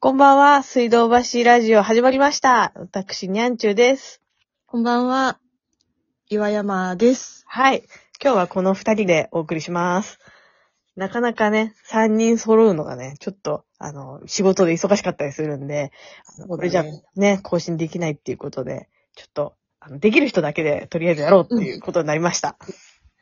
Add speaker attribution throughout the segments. Speaker 1: こんばんは、水道橋ラジオ始まりました。私、にゃんちゅうです。
Speaker 2: こんばんは、岩山です。
Speaker 1: はい。今日はこの二人でお送りします。なかなかね、三人揃うのがね、ちょっと、あの、仕事で忙しかったりするんで、あの
Speaker 2: そうだね
Speaker 1: これじゃね、更新できないっていうことで、ちょっと、あのできる人だけでとりあえずやろうっていうことになりました。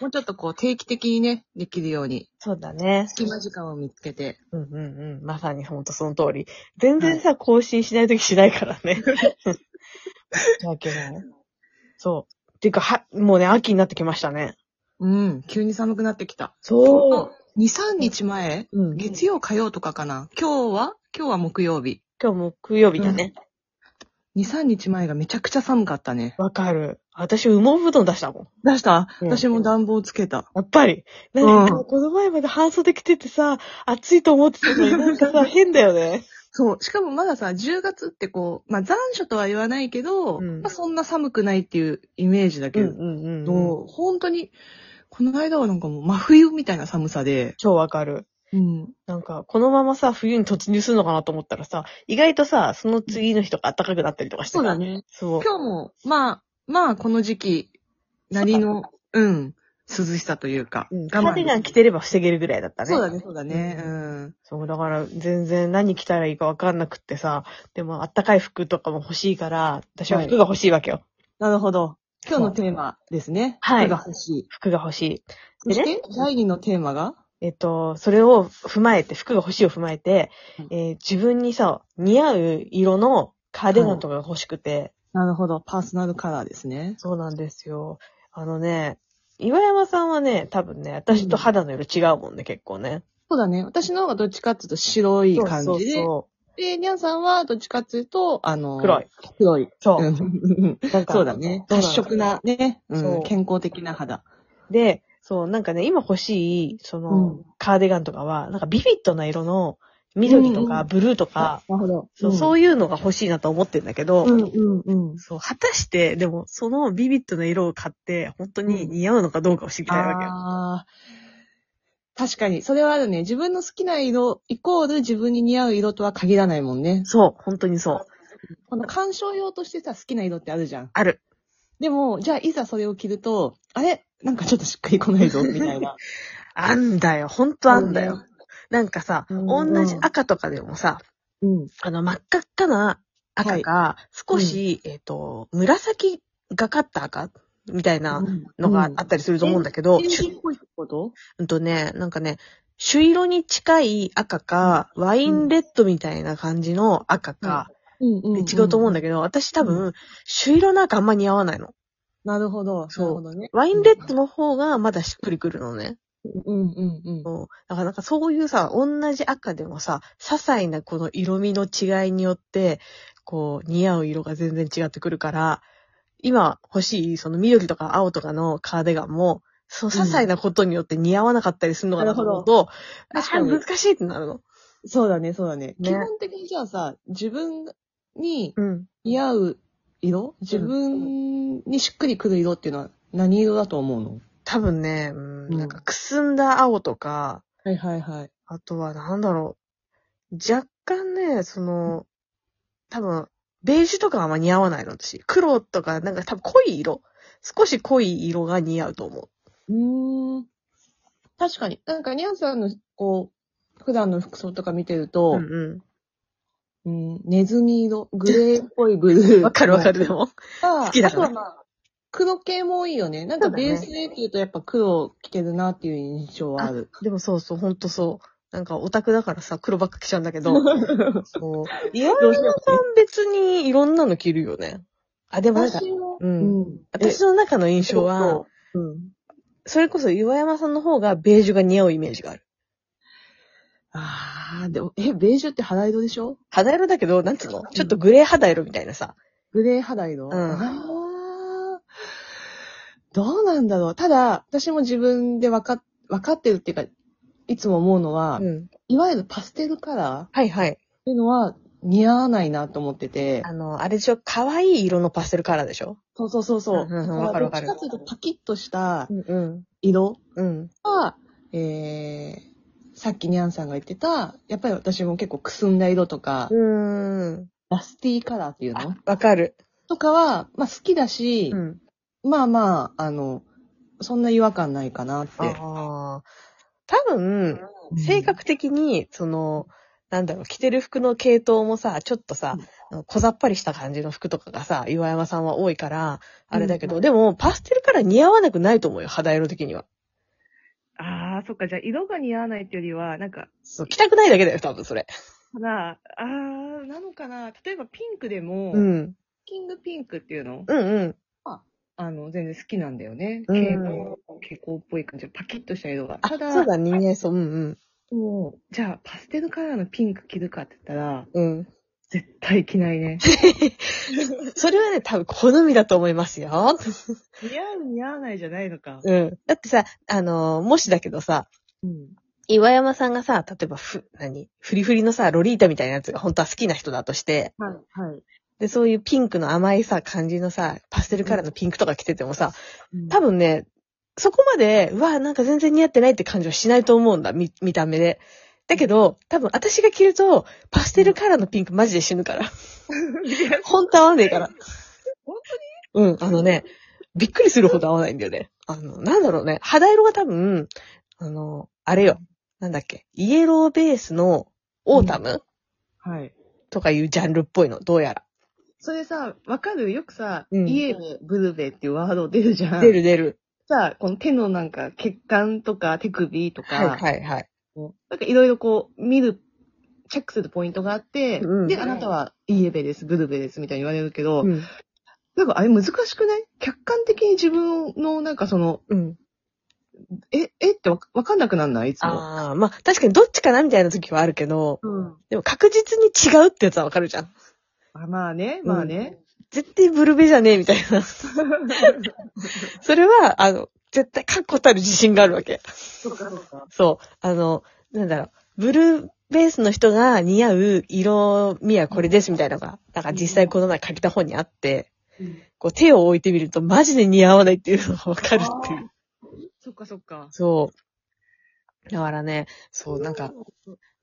Speaker 2: もうちょっとこう定期的にね、できるように、
Speaker 1: そうだね。
Speaker 2: 隙間時間を見つけて。
Speaker 1: うんうんうん。まさにほんとその通り。全然さ、更新しないときしないからね。だけどね。そう。っていうか、は、もうね、秋になってきましたね。
Speaker 2: うん、急に寒くなってきた。
Speaker 1: そ
Speaker 2: 2、3日前
Speaker 1: う。うん。
Speaker 2: 月曜、火曜とかかな。今日は今日は木曜日。
Speaker 1: 今日木曜日だね。
Speaker 2: 2、3日前がめちゃくちゃ寒かったね。
Speaker 1: わ、かる。私、羽毛布団出したもん。
Speaker 2: 出した
Speaker 1: うん
Speaker 2: 私も暖房つけた。
Speaker 1: やっぱり。なんか、
Speaker 2: うん
Speaker 1: この前まで半袖着ててさ、暑いと思ってたのになんか さ、変だよね。
Speaker 2: そう。しかもまださ、10月ってこう、まあ残暑とは言わないけど、
Speaker 1: うん
Speaker 2: まあそんな寒くないっていうイメージだけど、
Speaker 1: ん
Speaker 2: もう本当に、この間はなんかもう真冬みたいな寒さで、
Speaker 1: 超わかる。
Speaker 2: うん。
Speaker 1: なんか、このままさ、冬に突入するのかなと思ったらさ、意外とさ、その次の日とか暖かくなったりとかしてさ
Speaker 2: そうだ。ね。
Speaker 1: そう。
Speaker 2: 今日も、まあ、まあ、この時期、なりの、うん、涼しさというか、
Speaker 1: うん、カ
Speaker 2: 我
Speaker 1: ー
Speaker 2: 慢
Speaker 1: ディガン着てれば防げるぐらいだったね。
Speaker 2: そうだね、そうだね、うん。
Speaker 1: そう、だから全然何着たらいいかわかんなくってさ、でもあったかい服とかも欲しいから、私は服が欲しいわけよ。
Speaker 2: なるほど。今日の
Speaker 1: そう
Speaker 2: テーマですね。
Speaker 1: はい
Speaker 2: 服が欲しい。
Speaker 1: 服が欲しい。
Speaker 2: そし
Speaker 1: で
Speaker 2: て、第二のテーマが
Speaker 1: えっと、それを踏まえて、服が欲しいを踏まえて、えー自分にさ、似合う色のカーディガンとかが欲しくて、
Speaker 2: なるほど、パーソナルカラーですね。
Speaker 1: そうなんですよ。あのね、岩山さんはね、多分ね、私と肌の色違うもんね、結構ね。
Speaker 2: そうだね。私の方がどっちかっていうと白い感じで、
Speaker 1: そうそうそ
Speaker 2: で、にゃんさんはどっちかっていうと、あの
Speaker 1: う、黒い。。
Speaker 2: 黒い。
Speaker 1: そうう。
Speaker 2: ん
Speaker 1: なんか
Speaker 2: そうだね。
Speaker 1: そうなの
Speaker 2: 褐色なね、う、
Speaker 1: そうん
Speaker 2: 健康的な肌。
Speaker 1: で、そう、なんかね、今欲しい、その、
Speaker 2: うん
Speaker 1: カーディガンとかは、なんかビビッドな色の、緑と
Speaker 2: うん
Speaker 1: か
Speaker 2: うん
Speaker 1: ブルーとか、
Speaker 2: なるほど。
Speaker 1: そうそう
Speaker 2: い
Speaker 1: いうのが欲しいなと思ってんだけど、
Speaker 2: うんうんうん。
Speaker 1: そう、果たして、でも、そのビビッドな色を買って、本当に似合うのかどうかを知りたいわけよ。
Speaker 2: ああ。確かに、それはあるね。自分の好きな色、イコール自分に似合う色とは限らないもんね。
Speaker 1: そう、本当にそう。
Speaker 2: この鑑賞用としてさ、好きな色ってあるじゃん。
Speaker 1: ある。
Speaker 2: でも、じゃあいざそれを着ると、あれなんかちょっとしっくりこないぞ、みた いな。
Speaker 1: あんだよ、本当あんだよ。なんかさ、
Speaker 2: うん
Speaker 1: 同じ赤とかでもさ、
Speaker 2: うん。
Speaker 1: あの、真っ赤っかな赤が、少し、えっ、と、紫がかった赤みたいなのがあったりすると思うんだけど、
Speaker 2: オレン
Speaker 1: ち
Speaker 2: ジ
Speaker 1: ゅ
Speaker 2: っぽいってこと
Speaker 1: うんとね、なんかね、朱色に近い赤か、ワインレッドみたいな感じの赤か、
Speaker 2: うんうん、
Speaker 1: で違うと思うんだ
Speaker 2: け
Speaker 1: けど、私多
Speaker 2: う
Speaker 1: 分、朱色の赤あんま似合わないの。
Speaker 2: ど。なるほど。
Speaker 1: そう
Speaker 2: なるほどね。
Speaker 1: ワインレッドの方がまだしっくりくるのね。
Speaker 2: うんうんうん。
Speaker 1: そうだからなんかそういうさ、同じ赤でもさ、些細なこの色味の違いによって、こう、似合う色が全然違ってくるから、今欲しい、その緑とか青とかのカーディガンも、そう、些細なことによって似合わなかったりするのかなと思うと、
Speaker 2: なるほ
Speaker 1: あ
Speaker 2: ど
Speaker 1: ー難しいってなるの。
Speaker 2: そうだね、そうだね
Speaker 1: ね
Speaker 2: 基本的にじゃあさ、自分に
Speaker 1: うん。
Speaker 2: 似合う色自分にしっくりくる色っていうのは何色だと思うの
Speaker 1: 多分ね、うん
Speaker 2: うん
Speaker 1: なんかくすんだ青とか、
Speaker 2: はいはいはい。
Speaker 1: あとはなんだろう。若干ね、その、多分、ベージュとかはあんま似合わないの、私。黒とか、なんか多分濃い色。少し濃い色が似合うと思う。
Speaker 2: うーん。確かに。なんか、ニャンさんの、こう、普段の服装とか見てると、
Speaker 1: ん
Speaker 2: うん、ネズミ色、グレーっぽいブル
Speaker 1: う
Speaker 2: ー。
Speaker 1: わかるわかる、でも。
Speaker 2: あ。
Speaker 1: 好きだ
Speaker 2: あとはまあ、黒系も多いよね。なんか
Speaker 1: そうだね
Speaker 2: ベースでっていうとやっぱ黒を着てるなっていう印象はある。
Speaker 1: でもそうそう、ほんとそう。なんかオタクだからさ、黒ばっか着ちゃうんだけ ど。そう。岩
Speaker 2: ど
Speaker 1: 井
Speaker 2: うしよ
Speaker 1: さん別にいろんなの着るよね。あ、でもなんか、
Speaker 2: 私も、
Speaker 1: う。
Speaker 2: うんん
Speaker 1: 私の中の印象は、、
Speaker 2: うん。
Speaker 1: それこそ岩山さんの方がベージュが似合うイメージがある。
Speaker 2: ああ、でも、え、ベージュって肌色でしょ
Speaker 1: 肌色だけど、なんつうのちょっとグレー肌色みたいなさ。
Speaker 2: グレー肌色
Speaker 1: ん
Speaker 2: あーどうなんだろう。ただ、私も自分でわか、わかってるっていうか、いつも思うのは、
Speaker 1: うん。
Speaker 2: いわゆるパステルカラーっ
Speaker 1: はいはい。
Speaker 2: ていうのは似合わないなと思ってて。
Speaker 1: あの、あれでしょ可愛い色のパステルカラーでしょ
Speaker 2: そうそうそうそう。
Speaker 1: うんうんうん
Speaker 2: だら
Speaker 1: わかるわかる
Speaker 2: どっちかというとパキッとした
Speaker 1: んうん。
Speaker 2: 色
Speaker 1: うん。
Speaker 2: は、えー、
Speaker 3: さっきにゃんさんが言ってた、やっぱり私も結構くすんだ色とか、
Speaker 1: うーん。
Speaker 3: ラスティーカラーっていうの
Speaker 1: わかる。
Speaker 3: とかは、まあ好きだし、
Speaker 1: ん。
Speaker 3: まあまあ、あの、そんな違和感ないかなって。
Speaker 1: ああ。多分、
Speaker 3: うん
Speaker 1: 性格的に、その、なんだろう、着てる服の系統もさ、ちょっとさ
Speaker 3: うん、
Speaker 1: あの小ざっぱりした感じの服とかがさ、岩山さんは多いから、あれだけど、
Speaker 3: うん
Speaker 1: でも、パステルカラー似合わなくないと思うよ、肌色的には。
Speaker 2: ああ、そっか。じゃあ、色が似合わないっていうよりは、なんか、
Speaker 1: そう、着たくないだけだよ、多分それ。
Speaker 2: な、ああー、なのかな。例えばピンクでも、
Speaker 1: う
Speaker 2: ス
Speaker 1: ん。
Speaker 2: キングピンクっていうの、
Speaker 1: うんうん。
Speaker 2: あの、全然好きなんだよね。
Speaker 1: うん
Speaker 2: 蛍光、蛍光っぽい感じ。パキッとした色が。
Speaker 1: あ、
Speaker 2: ただ、
Speaker 1: そうだ、人間そう。うん
Speaker 2: もう、じゃあ、パステルカラーのピンク着るかって言ったら、
Speaker 1: うん。うん。
Speaker 2: 絶対着ないね。
Speaker 1: それはね、多分好みだと思いますよ。
Speaker 2: 似合う、似合わないじゃないのか。
Speaker 1: うん。だってさ、あのーもしだけどさ、
Speaker 2: うん。
Speaker 1: 岩山さんがさ、例えばふ、何フリフリのさ、ロリータみたいなやつが本当は好きな人だとして、
Speaker 2: はい、はい。
Speaker 1: で、そういうピンクの甘いさ、感じのさ、パステルカラーのピンクとか着ててもさ、多分ね、そこまで、うわ、なんか全然似合ってないって感じはしないと思うんだ、見、見た目で。だけど、多分私が着ると、パステルカラーのピンクマジで死ぬから。 本当合わねえから。
Speaker 2: 本
Speaker 1: 当にうん、あのね、びっくりするほど合わないんだよね。あの、なんだろうね、肌色が多分、あの、あれよ、なんだっけ、イエローベースのオータム
Speaker 2: はい。
Speaker 1: とかいうジャンルっぽいの、どうやら。
Speaker 2: それさ、わかるよくさ、
Speaker 1: うん
Speaker 2: イエベ、ブルベっていうワード出るじゃん。
Speaker 1: 出る出る。
Speaker 2: さ、この手のなんか血管とか手首とか、
Speaker 1: はいはいはい。
Speaker 2: なんかいろいろこう見る、チェックするポイントがあって、
Speaker 1: うん
Speaker 2: で、あなたはイエベです、ブルベですみたいに言われるけど、
Speaker 1: うん。
Speaker 2: なんかあれ難しくない客観的に自分のなんかその、
Speaker 1: うん。
Speaker 2: え、えってわわかんなくなんないいつも。
Speaker 1: ああ、まあ確かにどっちかなみたいな時はあるけど、
Speaker 2: うん。
Speaker 1: でも確実に違うってやつはわかるじゃん。
Speaker 2: あまあね、まあね。
Speaker 1: 絶対ブルベじゃねえみたいな。それは、あの、絶対確固たる自信があるわけ。
Speaker 2: そっかそっか。
Speaker 1: そう。あの、なんだろう、ブルーベースの人が似合う色味はこれですみたいなのが、なんか実際この前書きた本にあって、こう手を置いてみるとマジで似合わないっていうのがわかるっていう。
Speaker 2: そっかそっか。
Speaker 1: そう。だからね、そう、なんか、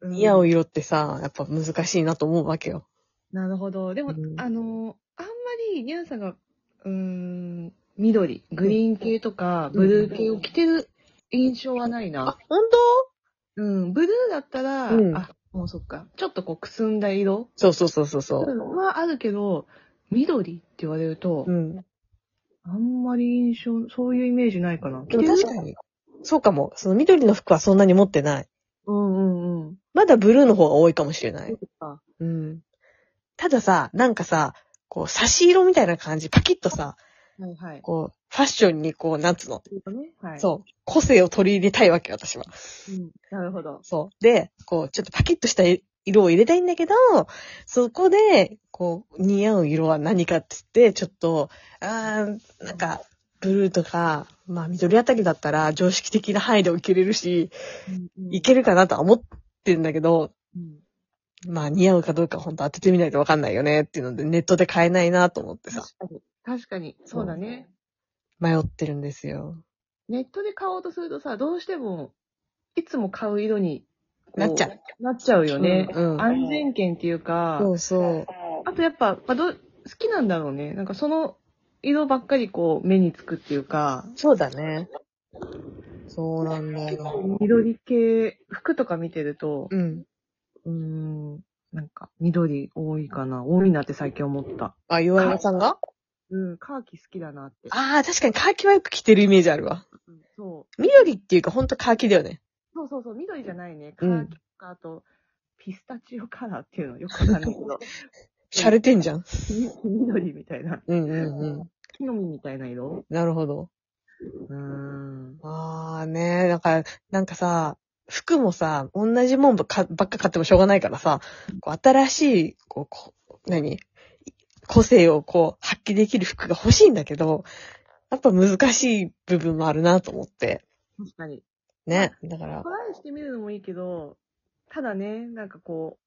Speaker 1: 似合
Speaker 2: うん。
Speaker 1: う色ってさ、やっぱ難しいなと思うわけよ。
Speaker 2: なるほど。でも、
Speaker 1: うん
Speaker 2: あの、あんまりニャンさんが、うーん、緑、グリーン系とか、ブルー系を着てる印象はないな。、
Speaker 1: 本
Speaker 2: うん、ブルーだったら、
Speaker 1: うん
Speaker 2: あ、もうそっか。ちょっとこう、くすんだ色
Speaker 1: 当そうそうそうそうそう。
Speaker 2: はあるけど、緑って言われると、
Speaker 1: うん。
Speaker 2: あんまり印象、そういうイメージないかな。
Speaker 1: でも確かに。そうかも。その緑の服はそんなに持ってない。
Speaker 2: うんうんうん。
Speaker 1: まだブルーの方が多いかもしれない
Speaker 2: そ。うか
Speaker 1: うん。たださ、なんかさ、こう、差し色みたいな感じ、パキッとさ、
Speaker 2: はいはい。
Speaker 1: こう、ファッションにこう、なんつうの、
Speaker 2: ね、はい。
Speaker 1: そう、個性を取り入れたいわけ、私は。
Speaker 2: うん。なるほど。
Speaker 1: そう。で、こう、ちょっとパキッとした色を入れたいんだけど、そこで、こう、似合う色は何かって言って、ちょっと、あー、なんか、ブルーとか、まあ、緑あたりだったら、常識的な範囲で受けれるし、いけるかなとは思ってんだけど、
Speaker 2: うん
Speaker 1: まあ似合うかどうか本当当ててみないとわかんないよねっていうのでネットで買えないなと思ってさ、
Speaker 2: 確かに。確かに。そうだね。
Speaker 1: 迷ってるんですよ。
Speaker 2: ネットで買おうとするとさ、どうしても、いつも買う色に、こ
Speaker 1: なっちゃう。
Speaker 2: なっちゃうよね。
Speaker 1: うんうん
Speaker 2: 安全圏っていうか、
Speaker 1: そうそう。
Speaker 2: あとやっぱ、まあ、どう好きなんだろうね。なんかその色ばっかりこう目につくっていうか、
Speaker 1: そうだね。そうなんだよ。
Speaker 2: 緑系、服とか見てると、
Speaker 1: うん。
Speaker 2: うーん、なんか緑多いかな。多いなって最近思った。
Speaker 1: あ、岩山さんが
Speaker 2: うん、カーキ好きだなって。
Speaker 1: ああ、確かにカーキはよく着てるイメージあるわ。
Speaker 2: うんそう。
Speaker 1: 緑っていうかほんとカーキだよね。
Speaker 2: そうそうそう、緑じゃないね。カ
Speaker 1: うん
Speaker 2: ーキとか、あと、ピスタチオカラーっていうのよくわかんないけど、
Speaker 1: 洒落てんじゃん。
Speaker 2: 緑みた いな、
Speaker 1: うんうんうん。
Speaker 2: 木の実みたいな色。
Speaker 1: なるほど。
Speaker 2: うーん。
Speaker 1: ああね、だから、なんかさ、服もさ、同じもんばっかばっか買ってもしょうがないからさ、こう新しい、こう、こう何個性をこう、発揮できる服が欲しいんだけど、やっぱ難しい部分もあるなと思って。
Speaker 2: 確かに。
Speaker 1: ね。だから
Speaker 2: ト、ライしてみるのもいいけど、ただね、なんかこ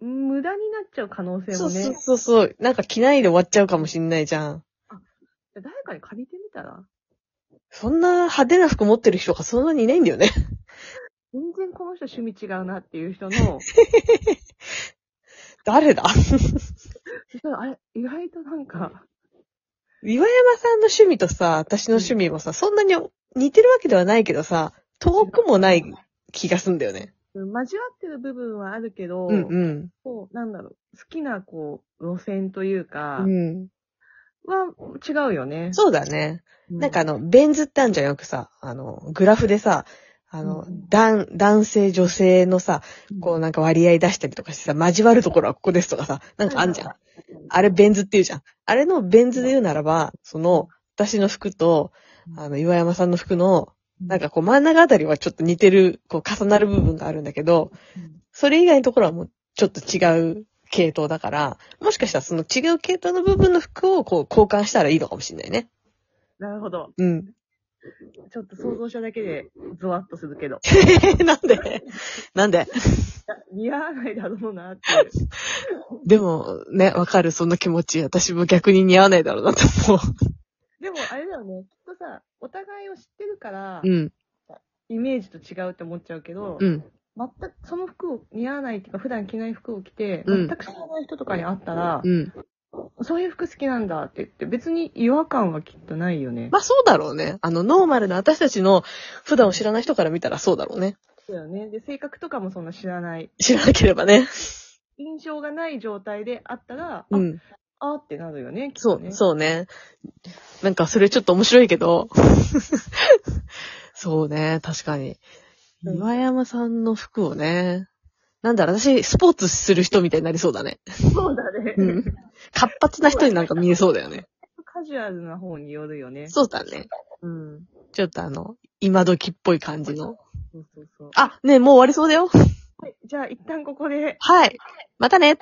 Speaker 2: う、無駄になっちゃう可能性
Speaker 1: そ
Speaker 2: も
Speaker 1: うそう
Speaker 2: ね、
Speaker 1: そうそう、なんか着ないで終わっちゃうかもしんないじゃん。
Speaker 2: 誰かに借りてみたら
Speaker 1: そんな派手な服持ってる人がそんなにいないんだよね。
Speaker 2: 全然この人趣味違うなっていう人 の、
Speaker 1: 誰だ
Speaker 2: そしたらあれ、意外となんか、
Speaker 1: 岩山さんの趣味とさ、私の趣味もさ、そんなに似てるわけではないけどさ、遠くもない気がすんだよね。
Speaker 2: 交わってる部分はあるけど、
Speaker 1: うんうん。
Speaker 2: こう、なんだろう、好きな、こう、路線というか、
Speaker 1: うん。
Speaker 2: は違うよね。
Speaker 1: そうだね。
Speaker 2: う
Speaker 1: なんかあ、の、ベン図ってあるじゃん、よくさ、あの、グラフでさ、あの
Speaker 2: う、ん
Speaker 1: 男、男性、女性のさ、こうなんか割合出したりとかしてさ、交わるところはここですとかさ、なんかあんじゃん。あれベン図って言うじゃん。あれのベン図で言うならば、その、私の服と、あの、岩山さんの服の、
Speaker 2: うん、
Speaker 1: なんかこう真ん中あたりはちょっと似てる、こう重なる部分があるんだけど
Speaker 2: うん、
Speaker 1: それ以外のところはもうちょっと違う系統だから、もしかしたらその違う系統の部分の服をこう交換したらいいのかもしれないね。
Speaker 2: なるほど。
Speaker 1: うん。
Speaker 2: ちょっと想像しただけで、ゾワッとするけど。
Speaker 1: なんでなんで
Speaker 2: 似合わないだろうなっ ていう。
Speaker 1: でもね、わかる、その気持ち。私も逆に似合わないだろうなと思
Speaker 2: でも、あれだよね。きっとさ、お互いを知ってるから、
Speaker 1: う。うん。
Speaker 2: イメージと違うって思っちゃうけど、
Speaker 1: うん。
Speaker 2: 全く、その服を似合わないっていうか、普段着ない服を着て、
Speaker 1: うん
Speaker 2: 全く知らない人とかに会ったら、
Speaker 1: うん。
Speaker 2: そういう服好きなんだって言って、別に違和感はきっとないよね。
Speaker 1: まあそうだろうね。あの、ノーマルな私たちの普段を知らない人から見たらそうだろうね。
Speaker 2: そうだよね。で、性格とかもそんな知らない。
Speaker 1: 知らなければね。
Speaker 2: 印象がない状態であったら、
Speaker 1: うん。
Speaker 2: あ、あーってなるよね。きっ
Speaker 1: そ
Speaker 2: と
Speaker 1: う、
Speaker 2: ね、
Speaker 1: そうね。なんかそれちょっと面白いけど。 そうね、確かに。
Speaker 2: うん
Speaker 1: 岩山さんの服をね。なんだろう、私、スポーツする人みたいになりそうだね。
Speaker 2: そうだね。
Speaker 1: うん。活発な人になんか見えそうだよね。
Speaker 2: カジュアルな方によるよね。
Speaker 1: そうだね。
Speaker 2: うん。
Speaker 1: ちょっとあの、今時っぽい感じの。
Speaker 2: そうそうそう。
Speaker 1: あ、ねえもう終わりそうだよ。
Speaker 2: はい、じゃあ一旦ここで。
Speaker 1: はい。またね。